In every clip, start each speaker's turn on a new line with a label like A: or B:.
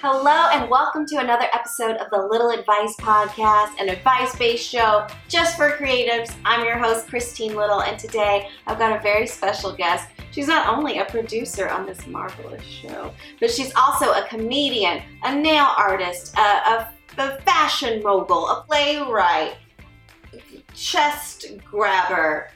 A: Hello, and welcome to another episode of the Little Advice Podcast, an advice based show just for creatives. I'm your host, Christine Little, and today I've got a very special guest. She's not only a producer on this marvelous show, but she's also a comedian, a nail artist, a, a, a fashion mogul, a playwright, chest grabber.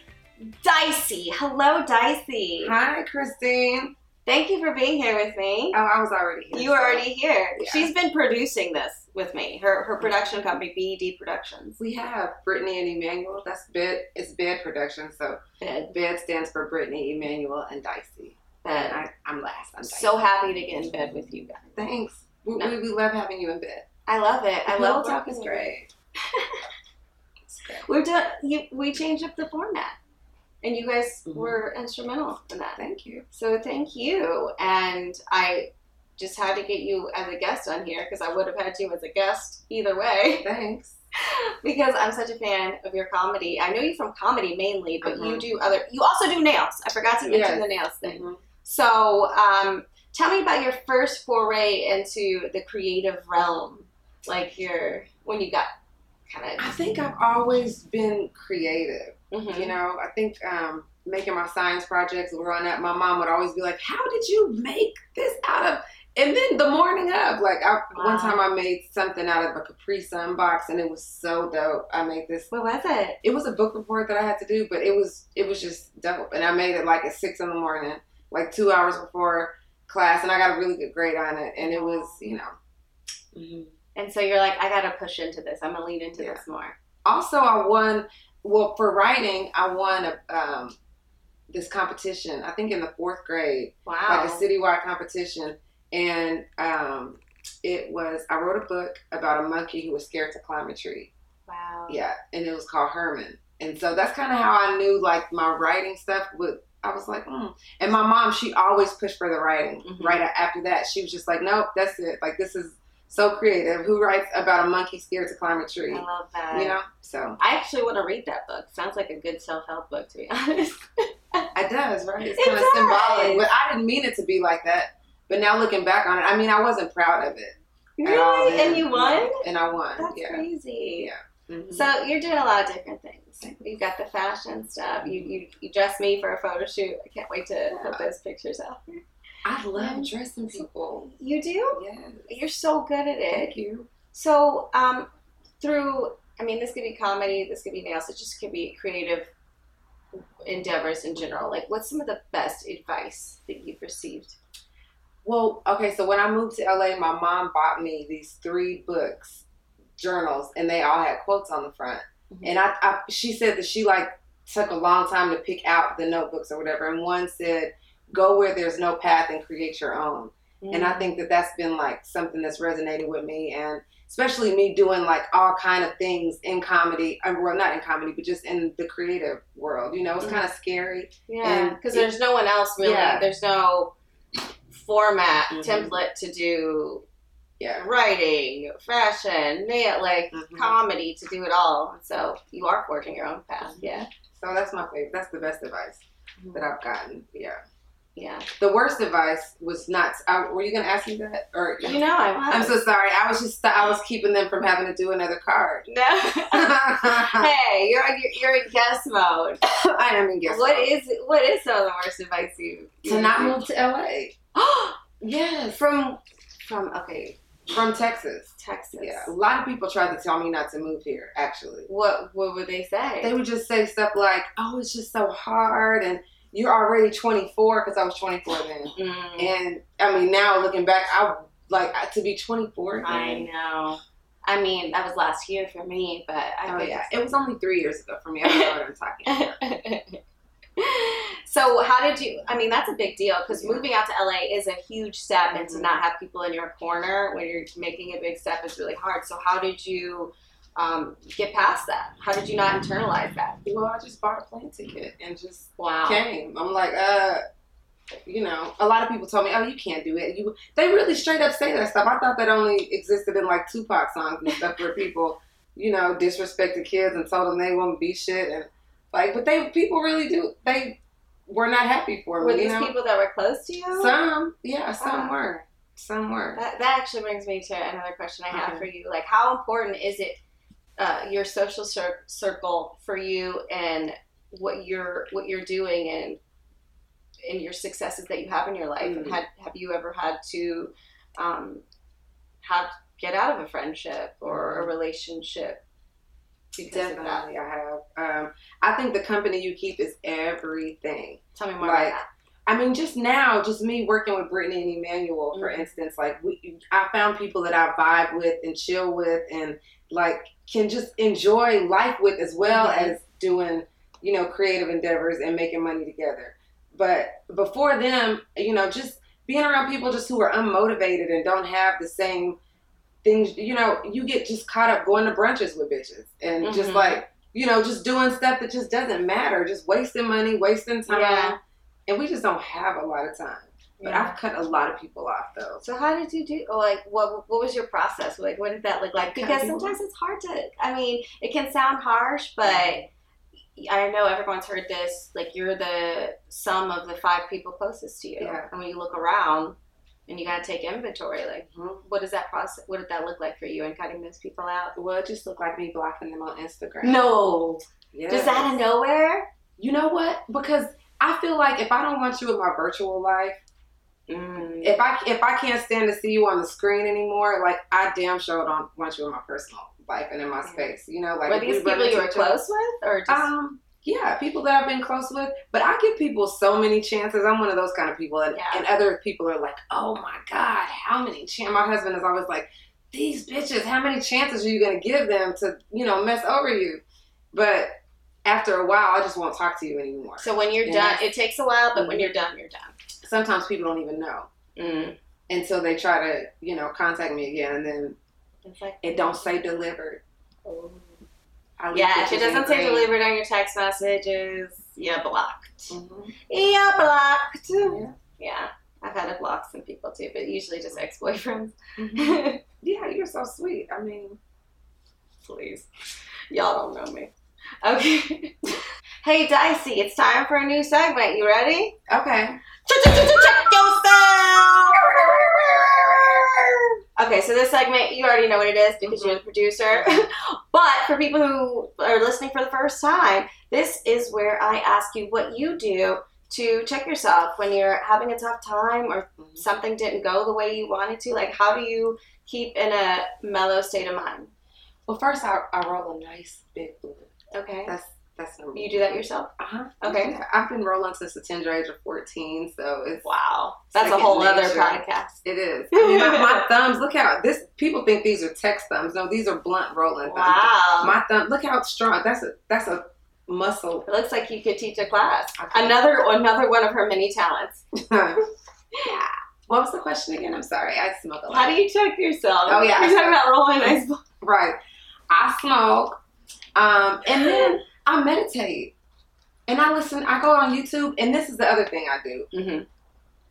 A: Dicey. Hello, Dicey.
B: Hi, Christine.
A: Thank you for being here with me.
B: Oh, I was already here.
A: You were already here.
B: Yeah.
A: She's been producing this with me. Her her production company, BED Productions.
B: We have Brittany and Emmanuel. That's bed. It's bed production. So
A: Bed,
B: bed stands for Brittany, Emmanuel, and Dicey. And
A: bed.
B: I, I'm last. I'm
A: I'm
B: Dicey.
A: so happy to get in bed with you guys.
B: thanks. We,
A: No.
B: we, we love having you in bed.
A: I love it. I love
B: talk is
A: working with you.
B: great. It's great.
A: We're doing. You, we changed up the format, and you guys
B: Mhm.
A: were instrumental in that.
B: Thank you.
A: So thank you. And I just had to get you as a guest on here because I would have had you as a guest either way.
B: Thanks.
A: because I'm such a fan of your comedy. I know you from comedy mainly, but you
B: Mhm.
A: do other. You also do nails. I forgot to mention
B: Yes.
A: the nails thing. So, um, tell me about your first foray into the creative realm, like your when you got kind
B: I think I've always been creative.
A: of.
B: You know, I think um, making my science projects growing up, my mom would always be like, "How did you make this out of?" And then the morning of, like I,
A: Wow.
B: one time I made something out of a Capri Sun box, and it was so dope. I made this.
A: What was it?
B: It was a book report that I had to do, but it was it was just dope, and I made it like at six in the morning, like two hours before class, and I got a really good grade on it, and it was you know.
A: And so you're like, I gotta push into this. I'm gonna lean into
B: Yeah.
A: this more.
B: also I won well for writing I won a, um, this competition I think in the fourth grade
A: Wow.
B: like a citywide competition and um, it was I wrote a book about a monkey who was scared to climb a tree
A: wow.
B: yeah and it was called Herman and so that's kind of how I knew like my writing stuff would I was like, mm. and my mom, she always pushed for the writing.
A: Mhm.
B: Right after that, she was just like, nope, that's it. Like this is so creative. Who writes about a monkey scared to climb a tree?
A: I love that.
B: You know, so
A: I actually want to read that book. Sounds like a good self-help book, to be honest.
B: It does, right? It's
A: It
B: kind of symbolic.
A: does.
B: But I didn't mean it to be like that. But now looking back on it, I mean, I wasn't proud of it. at all
A: really?
B: then.
A: And you won?
B: And I won.
A: That's
B: yeah.
A: crazy.
B: Yeah. Mhm.
A: So you're doing a lot of different things. You've got the fashion stuff. You you, you dressed me for a photo shoot. I can't wait to put those pictures out. there.
B: I love dressing people.
A: You do?
B: Yes.
A: You're so good at it.
B: Thank you.
A: So um, through I mean, this could be comedy. This could be nails. It just could be creative endeavors in general. Like, what's some of the best advice that you've received?
B: Well, okay, so when I moved to LA, my mom bought me these three books, journals, and they all had quotes on the front.
A: Mhm.
B: And I, I, she said that she like took a long time to pick out the notebooks or whatever. And one said, "Go where there's no path and create your own." and I think that that's been like something that's resonated with me, and especially me doing like all kind of things in comedy. uh, Well, not in comedy, but just in the creative world. You know,
A: Mm-hmm.
B: it's kind of scary.
A: Yeah,
B: And
A: because
B: it-
A: there's no one else really.
B: Yeah.
A: There's no format
B: Mhm.
A: template to do
B: Yeah.
A: writing, fashion, nail, like
B: Mhm.
A: comedy to do it all. So you are forging your own path.
B: Mhm.
A: Yeah,
B: So that's my favorite. That's the best advice that I've gotten. Yeah.
A: yeah. the
B: The worst advice was not. I, were you gonna ask me that? Or
A: You know I was.
B: I'm so sorry. I was just. I was keeping them from having to do another card.
A: no.
B: I
A: hey, you're on- you're, you're in guest mode.
B: am in guess.
A: What is what is some of the worst advice you
B: to not move to LA? Yes.
A: from from okay
B: From Texas.
A: Texas?
B: Yeah, a lot of people tried to tell me not to move here, actually.
A: What what would they say?
B: They would just say stuff like, oh, it's just so hard, and you're already 24, because I was 24 then.
A: Mm,
B: And I mean, now looking back, I like I- to be 24. Again,
A: I know. I mean, that was last year for me, but I
B: Oh,
A: think
B: yeah. It was only three years ago for me. I don't know what I'm talking about.
A: so how did you i mean that's a big deal because
B: Yeah.
A: moving out to la is a huge step and to
B: Mhm.
A: not have people in your corner when you're making a big step is really hard so how did you um, get past that how did you not internalize that
B: Well, I just bought a plane ticket and just
A: wow
B: came. I'm like, uh, you know, a lot of people told me, oh, you can't do it. You, they really straight up say that stuff. I thought that only existed in like Tupac songs and stuff where people, you know, disrespected kids and told them they won't be shit and like, but they people really do. They were not happy for
A: were
B: me,
A: these
B: you know.
A: people that were close to you
B: Some, yeah, some
A: Wow.
B: were. some work.
A: That, that actually brings me to another question I have
B: Okay.
A: for you. Like, how important is it uh, your social cir- circle for you and what you're what you're doing and and your successes that you have in your life? And
B: Mm.
A: had have you ever had to um, have get out of a friendship or
B: Mm-hmm.
A: a relationship because of that?
B: Definitely, I have. Um, I think the company you keep is everything.
A: Tell me more
B: Like,
A: about that.
B: I mean, just now, just me working with Brittany and Emmanuel, for
A: Mhm.
B: instance, like we, I found people that I vibe with and chill with, and like can just enjoy life with, as well
A: Mhm.
B: as doing, you know, creative endeavors and making money together. But before them, you know, just being around people just who are unmotivated and don't have the same things, you know, you get just caught up going to brunches with bitches and just
A: Mhm.
B: like, you know, just doing stuff that just doesn't matter, just wasting money, wasting time
A: Yeah.
B: and we just don't have a lot of time. But I've cut a lot of people off though.
A: So how did you do? or, Like, what what was your process? Like, what did that look like?
B: Like, how
A: Because
B: do you-
A: sometimes it's hard to. I mean, it can sound harsh, but I know everyone's heard this. Like, you're the sum of the five people closest to you,
B: Yeah.
A: and when you look around, and you got to take inventory. Like,
B: Mhm.
A: what does that process? What did that look like for you in cutting those people out?
B: Well, it just looked like me blocking them on Instagram.
A: No,
B: yeah.
A: just out of nowhere.
B: you know what? Because I feel like if I don't want you in my virtual life, if I if I can't stand to see you on the screen anymore, like I damn sure don't want you in my personal life and in my
A: Yeah.
B: space. You know, like
A: were
B: if
A: these
B: we
A: people
B: run
A: you
B: into
A: were
B: each other-
A: close with, or just
B: Um, yeah, people that I've been close with, but I give people so many chances. I'm one of those kind of people, and,
A: Yeah.
B: and other people are like, "Oh my God, how many?" Chan-? My husband is always like, "These bitches, how many chances are you gonna give them to, you know, mess over you?" But after a while, I just won't talk to you anymore.
A: so? When you're
B: Yeah.
A: done, it takes a while,
B: Mm-hmm.
A: but when you're done, you're done.
B: Sometimes people don't even know
A: Mm.
B: until they try to, you know, contact me again, and then
A: It's like
B: it don't say delivered. I leave
A: Yeah, if it
B: bitches in
A: doesn't say
B: green.
A: delivered on your text messages, yeah, blocked.
B: Mhm.
A: Yeah, blocked.
B: Yeah.
A: Yeah, I've had to block some people too, but usually just ex boyfriends.
B: Mhm. yeah, you're so sweet. I mean,
A: Please. Y'all don't know me. Okay. hey, Dicey, it's time for a new segment. You ready?
B: okay.
A: Check yourself! Okay, so this segment, you already know what it is because you're the producer. but for people who are listening for the first time, this is where I ask you what you do to check yourself when you're having a tough time or something didn't go the way you wanted to. Like, how do you keep in a mellow state of mind?
B: Well, first I, I roll a nice big blue.
A: Okay.
B: That's that's number
A: You do that yourself?
B: Uh-huh.
A: Okay.
B: Yeah, I've been rolling since the tender age of fourteen, so it's
A: Wow. That's
B: Second
A: a whole other
B: nature.
A: podcast.
B: it is. I mean, my, my thumbs. Look how this. People think these are text thumbs. No, these are blunt rolling thumbs.
A: Wow.
B: My thumb. Look how strong. That's a that's a muscle.
A: it looks like you could teach a class.
B: Okay.
A: Another another one of her many talents.
B: yeah. What was the question again? I'm sorry. I smoke a lot.
A: How do you check yourself?
B: Oh, yeah.
A: You're talking about rolling ice balls.
B: Right. I smoke. Um, and then I meditate. And I listen, I go on YouTube, and this is the other thing I do.
A: Mhm.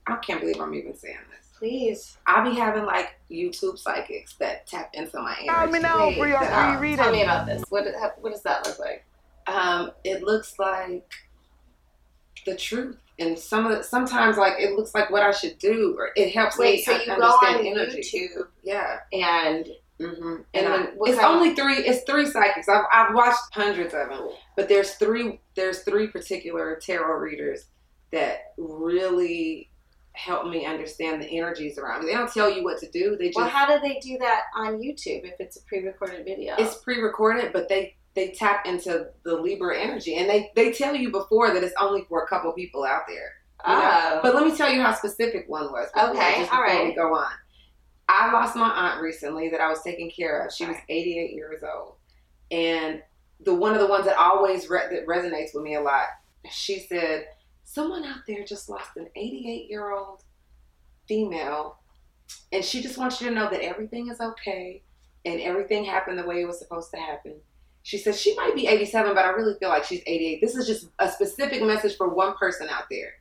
B: I can't believe I'm even saying this.
A: Please.
B: I be having like YouTube psychics that tap into my energy.
A: Wait,
C: for your
B: uh,
C: free
A: Tell
C: reading.
A: me about this. What what does that look like?
B: Um, it looks like the truth, and some of the, sometimes like it looks like what I should do, or it helps
A: Wait,
B: me
A: so
B: un-
A: you go
B: understand
A: on
B: energy.
A: YouTube
B: Yeah.
A: and
B: hmm And,
A: And then
B: I-
A: what
B: it's
A: kind of-
B: only three. It's three psychics. I've, I've watched hundreds of them, but there's three. There's three particular tarot readers that really help me understand the energies around me. They don't tell you what to do. They just
A: well, how do they do that on YouTube if it's a pre-recorded video?
B: it's pre-recorded, but they they tap into the Libra energy, and they they tell you before that it's only for a couple people out there. you know?
A: oh,
B: But let me tell you how specific one was.
A: Okay,
B: just
A: all
B: before
A: right.
B: We go on. I lost my aunt recently that I was taking care of. She was
A: Okay.
B: 88 years old, and the one of the ones that always re- that resonates with me a lot. She said, "Someone out there just lost an 88 year old female, and she just wants you to know that everything is okay, and everything happened the way it was supposed to happen." She said she might be 87, but I really feel like she's 88. This is just a specific message for one person out there.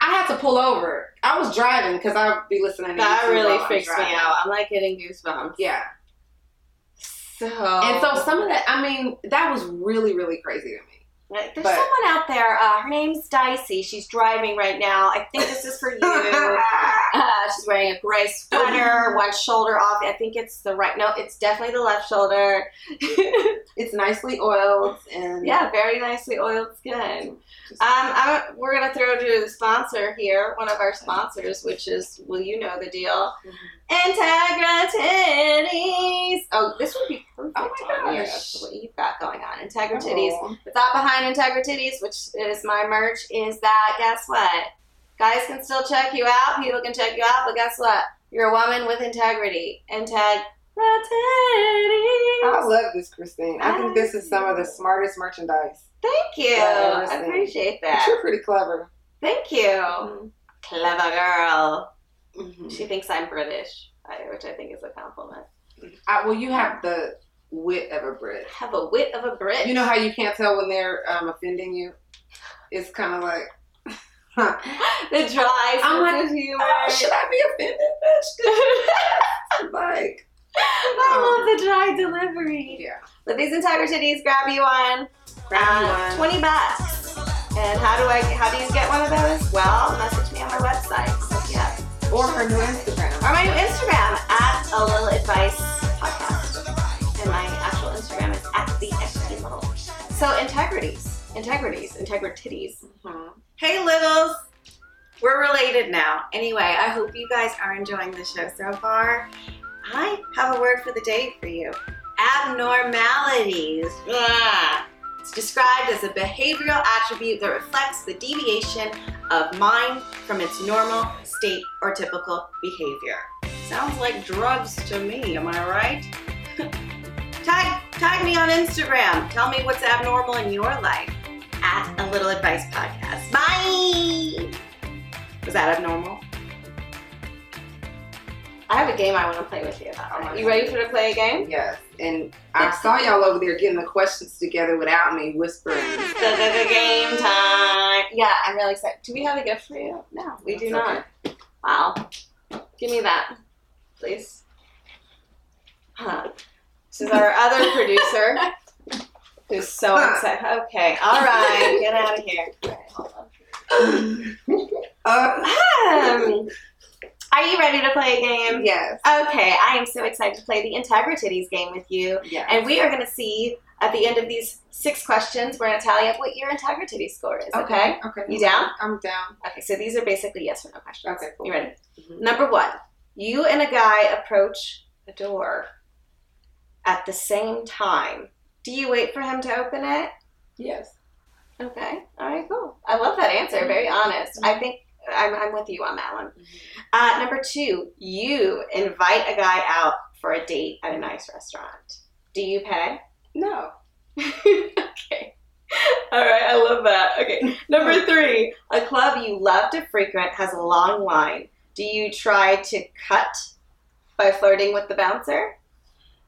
B: I had to pull over. I was driving because I'd be listening. to
A: that
B: YouTube while
A: really
B: I'm
A: freaks me
B: driving.
A: out. I'm like getting goosebumps.
B: Yeah,
A: So
B: and
A: Oh.
B: so some of that. I mean, that was really, really crazy to me.
A: Like, There's
B: But-
A: someone out there. Uh, her name's Dicey. She's driving right now. I think this is for you. uh, she's is wearing a gray sweater, one shoulder off. I think it's the right. No, it's definitely the left shoulder.
B: It's nicely oiled and
A: yeah, very nicely oiled skin. Um, I'm, we're gonna throw to the sponsor here, one of our sponsors, which is well, you know the deal, Integra Titties. Oh, this would be perfect
B: Mm-hmm. Oh my
A: on you.
B: gosh.
A: That's what you've got going on, Integra Titties. The thought behind Integra Titties, which is my merch, is that guess what? Guys can still check you out. People can check you out, but guess what? You're a woman with integrity. Integra Titties.
B: I love this, Christine. I think this is some of the smartest merchandise.
A: Thank you.
B: Yeah,
A: I
B: listen.
A: appreciate
B: But
A: that.
B: You're pretty clever.
A: Thank you. Clever girl.
B: Mhm.
A: She thinks I'm British, I- which I think is a compliment.
B: I, well, you have the wit of a Brit.
A: I have a wit of a Brit.
B: You know how you can't tell when they're um, offending you? It's kind of like,
A: the dry sense
B: I'm like,
A: of humor.
B: oh, should I be offended, bitch? like,
A: I love the dry delivery.
B: yeah.
A: But these entire titties grab you one.
B: Grab you
A: uh,
B: one.
A: Twenty bucks. And how do I? How do you get one of those? Well, message me on my website. Yeah,
B: Or her new Instagram.
A: or my new Instagram at a little advice podcast. And my actual Instagram is at the XP little. So integrities, integrities, integrities.
B: Mhm.
A: Hey, littles! We're related now. Anyway, I hope you guys are enjoying the show so far. I have a word for the day for you abnormalities. Ugh. It's described as a behavioral attribute that reflects the deviation of mind from its normal state or typical behavior. Sounds like drugs to me, am I right? tag, tag me on Instagram. Tell me what's abnormal in your life at a little advice podcast. Bye. Was that abnormal? I have a game I want to play with you
B: Oh
A: about.
B: my
A: You ready for to play a game?
B: Yes. And I saw y'all over there getting the questions together without me whispering.
A: The, the, the game time. Yeah, I'm really excited. Do we have a gift for you? No, we do
B: That's
A: not. Wow. Give me that, please. Huh. This is our other producer who's so excited. Okay, all right, get out of here.
B: Uh,
A: Um, are you ready to play a game?
B: yes.
A: Okay, I am so excited to play the Integrities game with you.
B: Yeah.
A: And we are going to see at the end of these six questions, we're going to tally up what your integrity score is, okay?
B: Okay.
A: You down?
B: I'm down.
A: Okay, so these are basically yes or no questions.
B: Okay, cool.
A: You ready?
B: Mhm.
A: Number one, you and a guy approach a door at the same time. Do you wait for him to open it?
B: Yes.
A: Okay. All right, cool. I love that
B: Mm-hmm.
A: answer. Very honest. I think I'm, I'm with you on that one.
B: Mm-hmm.
A: Uh, number two, you invite a guy out for a date at a nice restaurant. Do you pay?
B: No.
A: okay. All right, I love that. Okay. Number three, a club you love to frequent has a long line. Do you try to cut by flirting with the bouncer?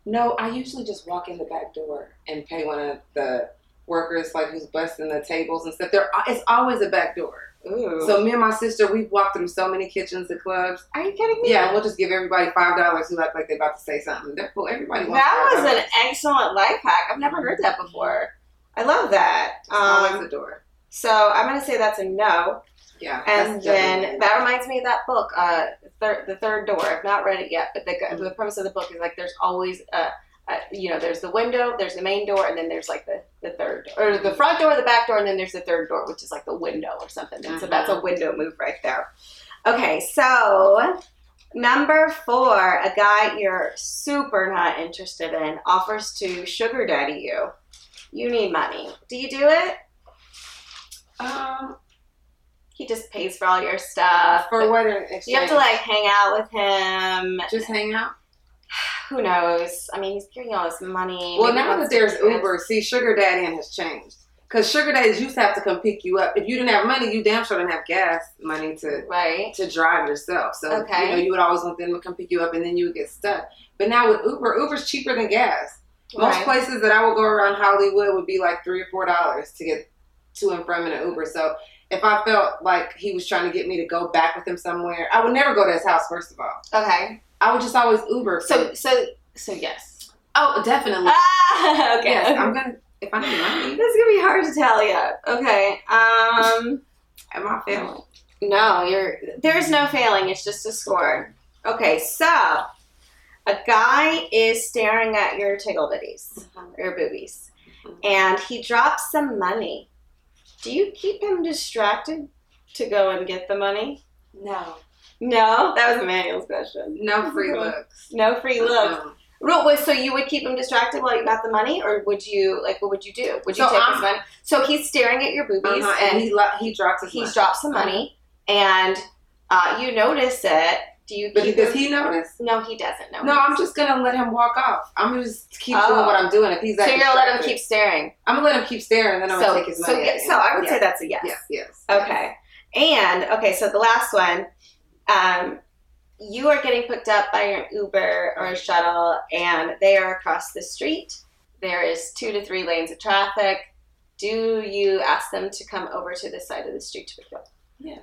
B: No, I usually just walk in the back door and pay one of the workers, like who's busting the tables and stuff. There, uh, it's always a back door.
A: Ooh. So,
B: So me and my sister, we've walked through so many kitchens and clubs.
A: are you kidding me?
B: Yeah, and we'll just give everybody five dollars who act like they're about to say something. They're cool. Everybody wants
A: That was
B: $5.
A: an excellent life hack. I've never heard that before. I love that.
B: It's always
A: Um,
B: the door.
A: so I'm going to say that's a no.
B: Yeah.
A: And
B: that's
A: then
B: definitely-
A: that reminds me of that book, uh, thir- the third door. I've not read it yet, but the,
B: Mm-hmm.
A: the premise of the book is like there's always a, a, you know, there's the window, there's the main door, and then there's like the, the third or the front door, the back door, and then there's the third door, which is like the window or something. And so that's
B: Mm-hmm.
A: a window move right there. Okay, so number four, a guy you're super not interested in offers to sugar daddy you. You need money. Do you do it?
B: um,
A: He just pays for all your stuff.
B: for what an exchange.
A: You have to like hang out with him.
B: just hang out.
A: Who knows? I mean, he's giving you all this money.
B: Well,
A: Maybe he
B: now that
A: wants
B: there's
A: to do it.
B: Uber, see, Sugar Daddy has changed. Because Sugar Daddies used to have to come pick you up. If you didn't have money, you damn sure didn't have gas money to
A: right?
B: to drive yourself. So,
A: Okay.
B: you know, you would always want them to come pick you up and then you would get stuck. But now with Uber, Uber's cheaper than gas. Most
A: right.
B: places that I would go around Hollywood would be like three or four dollars to get to and from in an Uber. So if I felt like he was trying to get me to go back with him somewhere, I would never go to his house, first of all.
A: okay.
B: I would just always Uber.
A: So, so, so yes.
B: oh, definitely.
A: Ah, okay.
B: Yes, I'm going to, if I need money.
A: This is gonna be hard to tally up. Okay. Um.
B: at my family.
A: No, you're there's no failing. It's just a score. Okay, so a guy is staring at your tickle bitties, your boobies,
B: Mm-hmm.
A: and he drops some money. Do you keep him distracted to go and get the money?
B: No.
A: No, that was Emmanuel's question.
B: No free looks.
A: No free looks.
B: Um,
A: No, wait, So you would keep him distracted while you got the money, or would you like what would you do? Would you
B: So
A: take
B: I'm-
A: his money? So he's staring at your boobies,
B: uh-huh,
A: and
B: and he lo- he dropped his
A: he's
B: money.
A: dropped some money and uh, you notice it. Do you
B: But
A: keep
B: does
A: him-
B: he notice?
A: No, he doesn't know.
B: No, I'm just gonna let him walk off. I'm gonna just keep
A: Oh.
B: doing what I'm doing. If he's
A: So
B: that
A: you're gonna let him
B: distracted.
A: keep staring.
B: I'm gonna let him keep staring, and then I'm
A: so,
B: gonna take his
A: so,
B: money.
A: yeah,
B: at the
A: so
B: end.
A: I would
B: Yeah.
A: say that's a yes.
B: yes, yes.
A: Okay. And okay, so the last one, um, you are getting picked up by an Uber or a shuttle, and they are across the street. There is two to three lanes of traffic. Do you ask them to come over to this side of the street to pick you up?
B: Yes.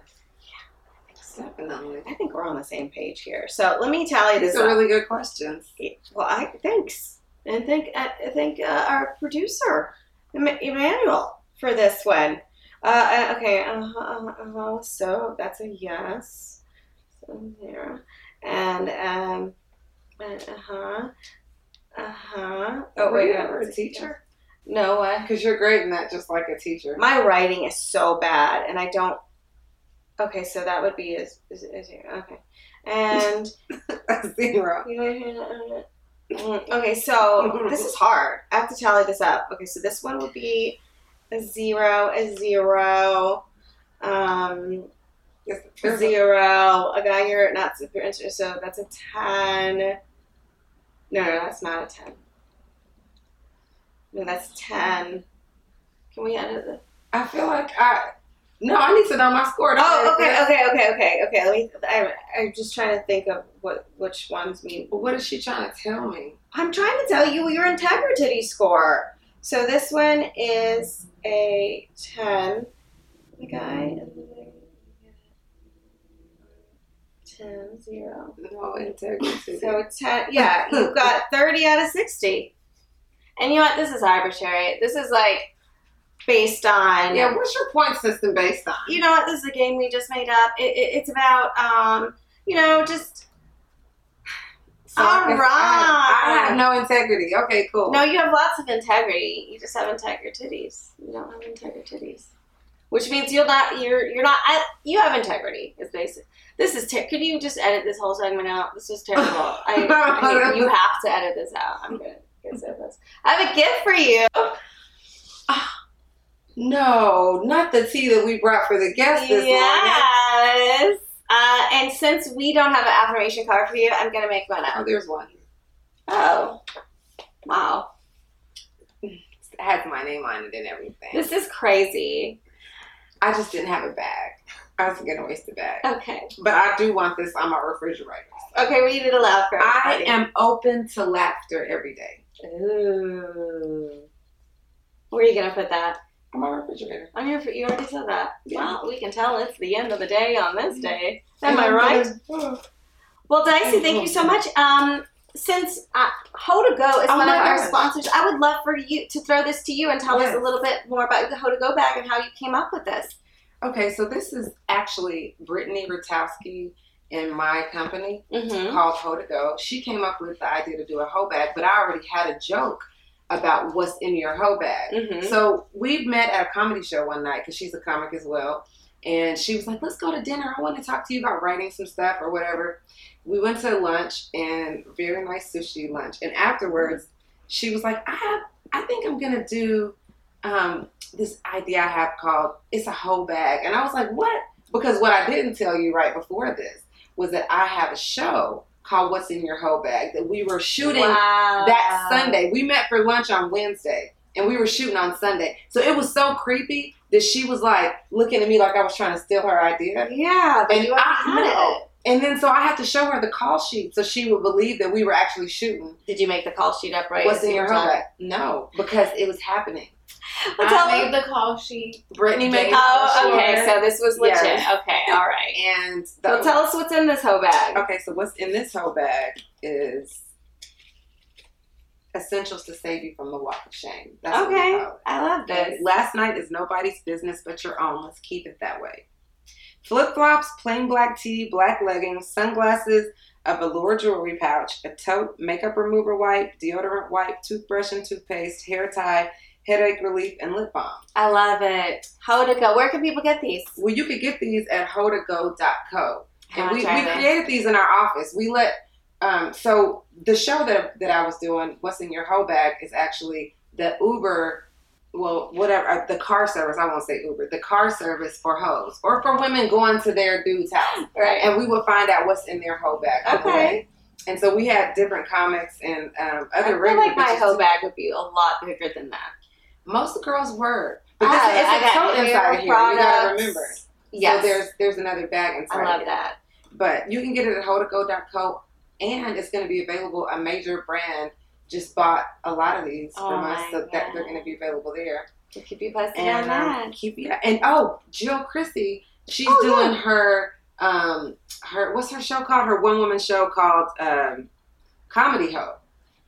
B: Yeah. Definitely.
A: I think we're on the same page here. So let me tally this
B: These
A: up.
B: are really good questions.
A: Well, I thanks, and thank I I thank uh, our producer Em- Emmanuel for this one. Uh, uh, okay, uh-huh, uh-huh, uh-huh. so that's a yes. So there, and um, uh huh, uh huh. Oh
B: Were
A: wait,
B: you
A: no,
B: ever a
A: it's
B: teacher?
A: No, uh,
B: Because you're great in that, just like a teacher.
A: my writing is so bad, and I don't. Okay, so that would be is is, is okay, and.
B: Zero.
A: Mm-hmm. Okay, so this is hard. I have to tally this up. Okay, so this one would be a zero, a zero, um,
B: Yes,
A: a zero. A guy you're not super interested, so that's a ten. No, no, that's not a ten. No, that's ten. Can we edit this?
B: I feel like I. No, I need to know my score. Don't
A: Oh,
B: worry.
A: okay, okay, okay, okay, okay. Let me. I'm, I'm just trying to think of what which ones mean
B: But what is she trying to tell me?
A: I'm trying to tell you your integrity score. So this one is a 10. The guy. 10, 0.
B: No integrity.
A: So 10, yeah, you got 30 out of 60. And you know what? This is arbitrary. This is like based on.
B: yeah, what's your point system based on?
A: You know what? This is a game we just made up. It, it, it's about, um, you know, just.
B: So I guess I- I,
A: Alright.
B: have no integrity. Okay, cool.
A: No, you have lots of integrity. You just have integrities. You don't have integrities, which means you're not. You're you're not. I, you have integrity. Is basic. This is. Ter- could you just edit this whole segment out? This was terrible. I, I hate- you have to edit this out. I'm gonna get so pissed. I have a gift for you.
B: No, not the tea that we brought for the guests this morning.
A: yes. Uh, and since we don't have an affirmation card for you, I'm gonna make one up.
B: Oh, there's one.
A: Oh, wow.
B: It has my name on it and everything.
A: This is crazy.
B: I just didn't have a bag. I was gonna waste the bag.
A: Okay.
B: But I do want this on my refrigerator.
A: Okay, we need to allow for
B: I
A: everybody.
B: am open to laughter every day.
A: Ooh. Where are you gonna put that?
B: On my refrigerator.
A: On your, you already said that.
B: Yeah.
A: Well, we can tell it's the end of the day on this day. Am
B: And
A: I
B: I'm
A: right?
B: gonna- Oh.
A: Well, Dicey, thank you so much. Um, since uh, How to Go is
B: Oh
A: one
B: my
A: of our
B: gosh.
A: sponsors, I would love for you to throw this to you and tell us
B: Yes.
A: a little bit more about the How to Go bag and how you came up with this.
B: Okay, so this is actually Brittany Rutowski in my company
A: Mm-hmm.
B: called Ho to Go. She came up with the idea to do a hoe bag, but I already had a joke about what's in your hoe bag.
A: Mm-hmm.
B: So we met at a comedy show one night because she's a comic as well. And she was like, let's go to dinner. I want to talk to you about writing some stuff or whatever. We went to lunch and very nice sushi lunch. And afterwards, she was like, I have, I think I'm going to do um, this idea I have called It's a Whole Bag. And I was like, what? Because what I didn't tell you right before this was that I have a show called What's in Your Whole Bag that we were shooting
A: wow.
B: that Sunday. We met for lunch on Wednesday and we were shooting on Sunday. So it was so creepy that she was like looking at me like I was trying to steal her idea.
A: Yeah, but
B: And
A: you
B: I
A: already had
B: know. And then so I had to show her the call sheet so she would believe that we were actually shooting.
A: it. Did you make the call sheet up right?
B: What's
A: as
B: in
A: you
B: your
A: were talking?
B: home? No, because it was happening.
A: Well, tell
C: I
A: me-
C: made the call sheet.
B: Brittany made
A: Oh,
B: the call
A: okay.
B: sheet,
A: So this was legit.
B: Yes.
A: Okay, all right.
B: and the,
A: So tell us what's in this hoe bag.
B: Okay, so what's in this whole bag is essentials to save you from the walk of shame. That's what we
A: Okay.
B: call it.
A: I love
B: Okay,
A: this.
B: Last night is nobody's business but your own. Let's keep it that way. Flip flops, plain black tee, black leggings, sunglasses, a velour jewelry pouch, a tote, makeup remover wipe, deodorant wipe, toothbrush and toothpaste, hair tie, headache relief, and lip balm.
A: I love it. Hodeco. Where can people get these?
B: Well, you could get these at hodago.co.
A: I
B: And
A: wanna
B: we, we
A: try them.
B: created these in our office. We let, um, so the show that, that I was doing, What's in Your Hoe Bag, is actually the Uber, well, whatever, uh, the car service. I won't say Uber, the car service for hoes or for women going to their dude's house.
A: Right.
B: And we would find out what's in their hoe bag. on the
A: Okay.
B: way. And so we had different comics and um,
A: I
B: other
A: feel
B: regular
A: like my
B: bitches
A: hoe
B: too.
A: bag would be a lot bigger than that.
B: Most of the girls were. But this,
A: I- I
B: it's a
A: got
B: tote
A: hair
B: inside of here. You gotta
A: products.
B: remember.
A: Yes.
B: So there's there's another bag inside.
A: I love
B: here.
A: that.
B: But you can get it at hodaco.co and it's going to be available. A major brand just bought a lot of these
A: Oh
B: from us,
A: my
B: so that they're
A: God.
B: going to be available there.
A: Just keep you posted on
B: And
A: that.
B: um, keep yeah. And oh, Jill Christie, she's
A: Oh, yeah.
B: doing her um her what's her show called? Her one woman show called um, Comedy Ho.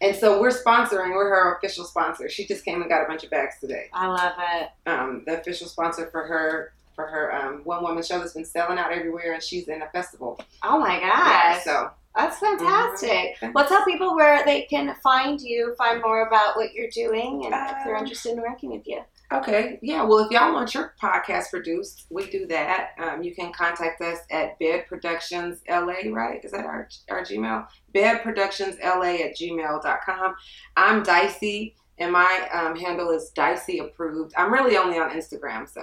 B: And so we're sponsoring. We're her official sponsor. She just came and got a bunch of bags today
A: I love it.
B: um, the official sponsor for her for her um, one woman show that's been selling out everywhere, and she's in a festival.
A: Oh my
B: Yeah,
A: gosh.
B: so
A: That's fantastic.
B: Mhm.
A: Well, tell people where they can find you, find more about what you're doing, and if they're
B: Um,
A: interested in working with you.
B: okay, yeah. Well, if y'all want your podcast produced, we do that. Um, you can contact us at Bed Productions LA. Right? Is that our our Gmail? Bed Productions LA at gmail.com. I'm Dicey, and my um, handle is Dicey Approved. I'm really only on Instagram, so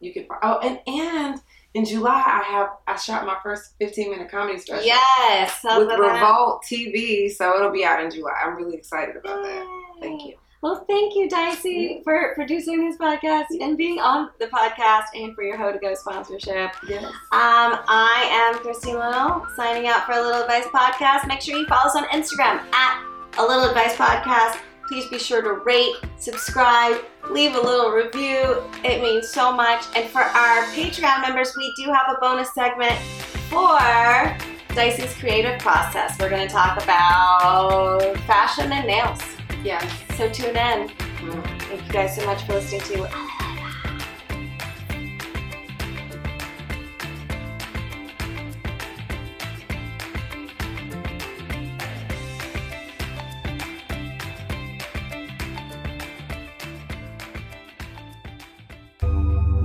B: you can. Oh, and and in July, I have I shot my first 15 minute comedy special.
A: Yes. tell
B: with
A: them that.
B: Revolt TV, so it'll be out in July. I'm really excited about that.
A: Yay.
B: Thank you.
A: Well, thank you, Dicey, for producing this podcast and being on the podcast and for your Ho to Go sponsorship.
B: Yes.
A: Um, I am Christine Little, signing out for a Little Advice Podcast. Make sure you follow us on Instagram at a Little Advice Podcast. Please be sure to rate, subscribe, leave a little review. It means so much. And for our Patreon members, we do have a bonus segment for Dicey's creative process. We're going to talk about fashion and nails.
B: Yes.
A: So tune in.
B: Mhm.
A: Thank you guys so much for listening to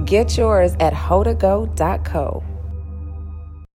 B: Get yours at hodago.co.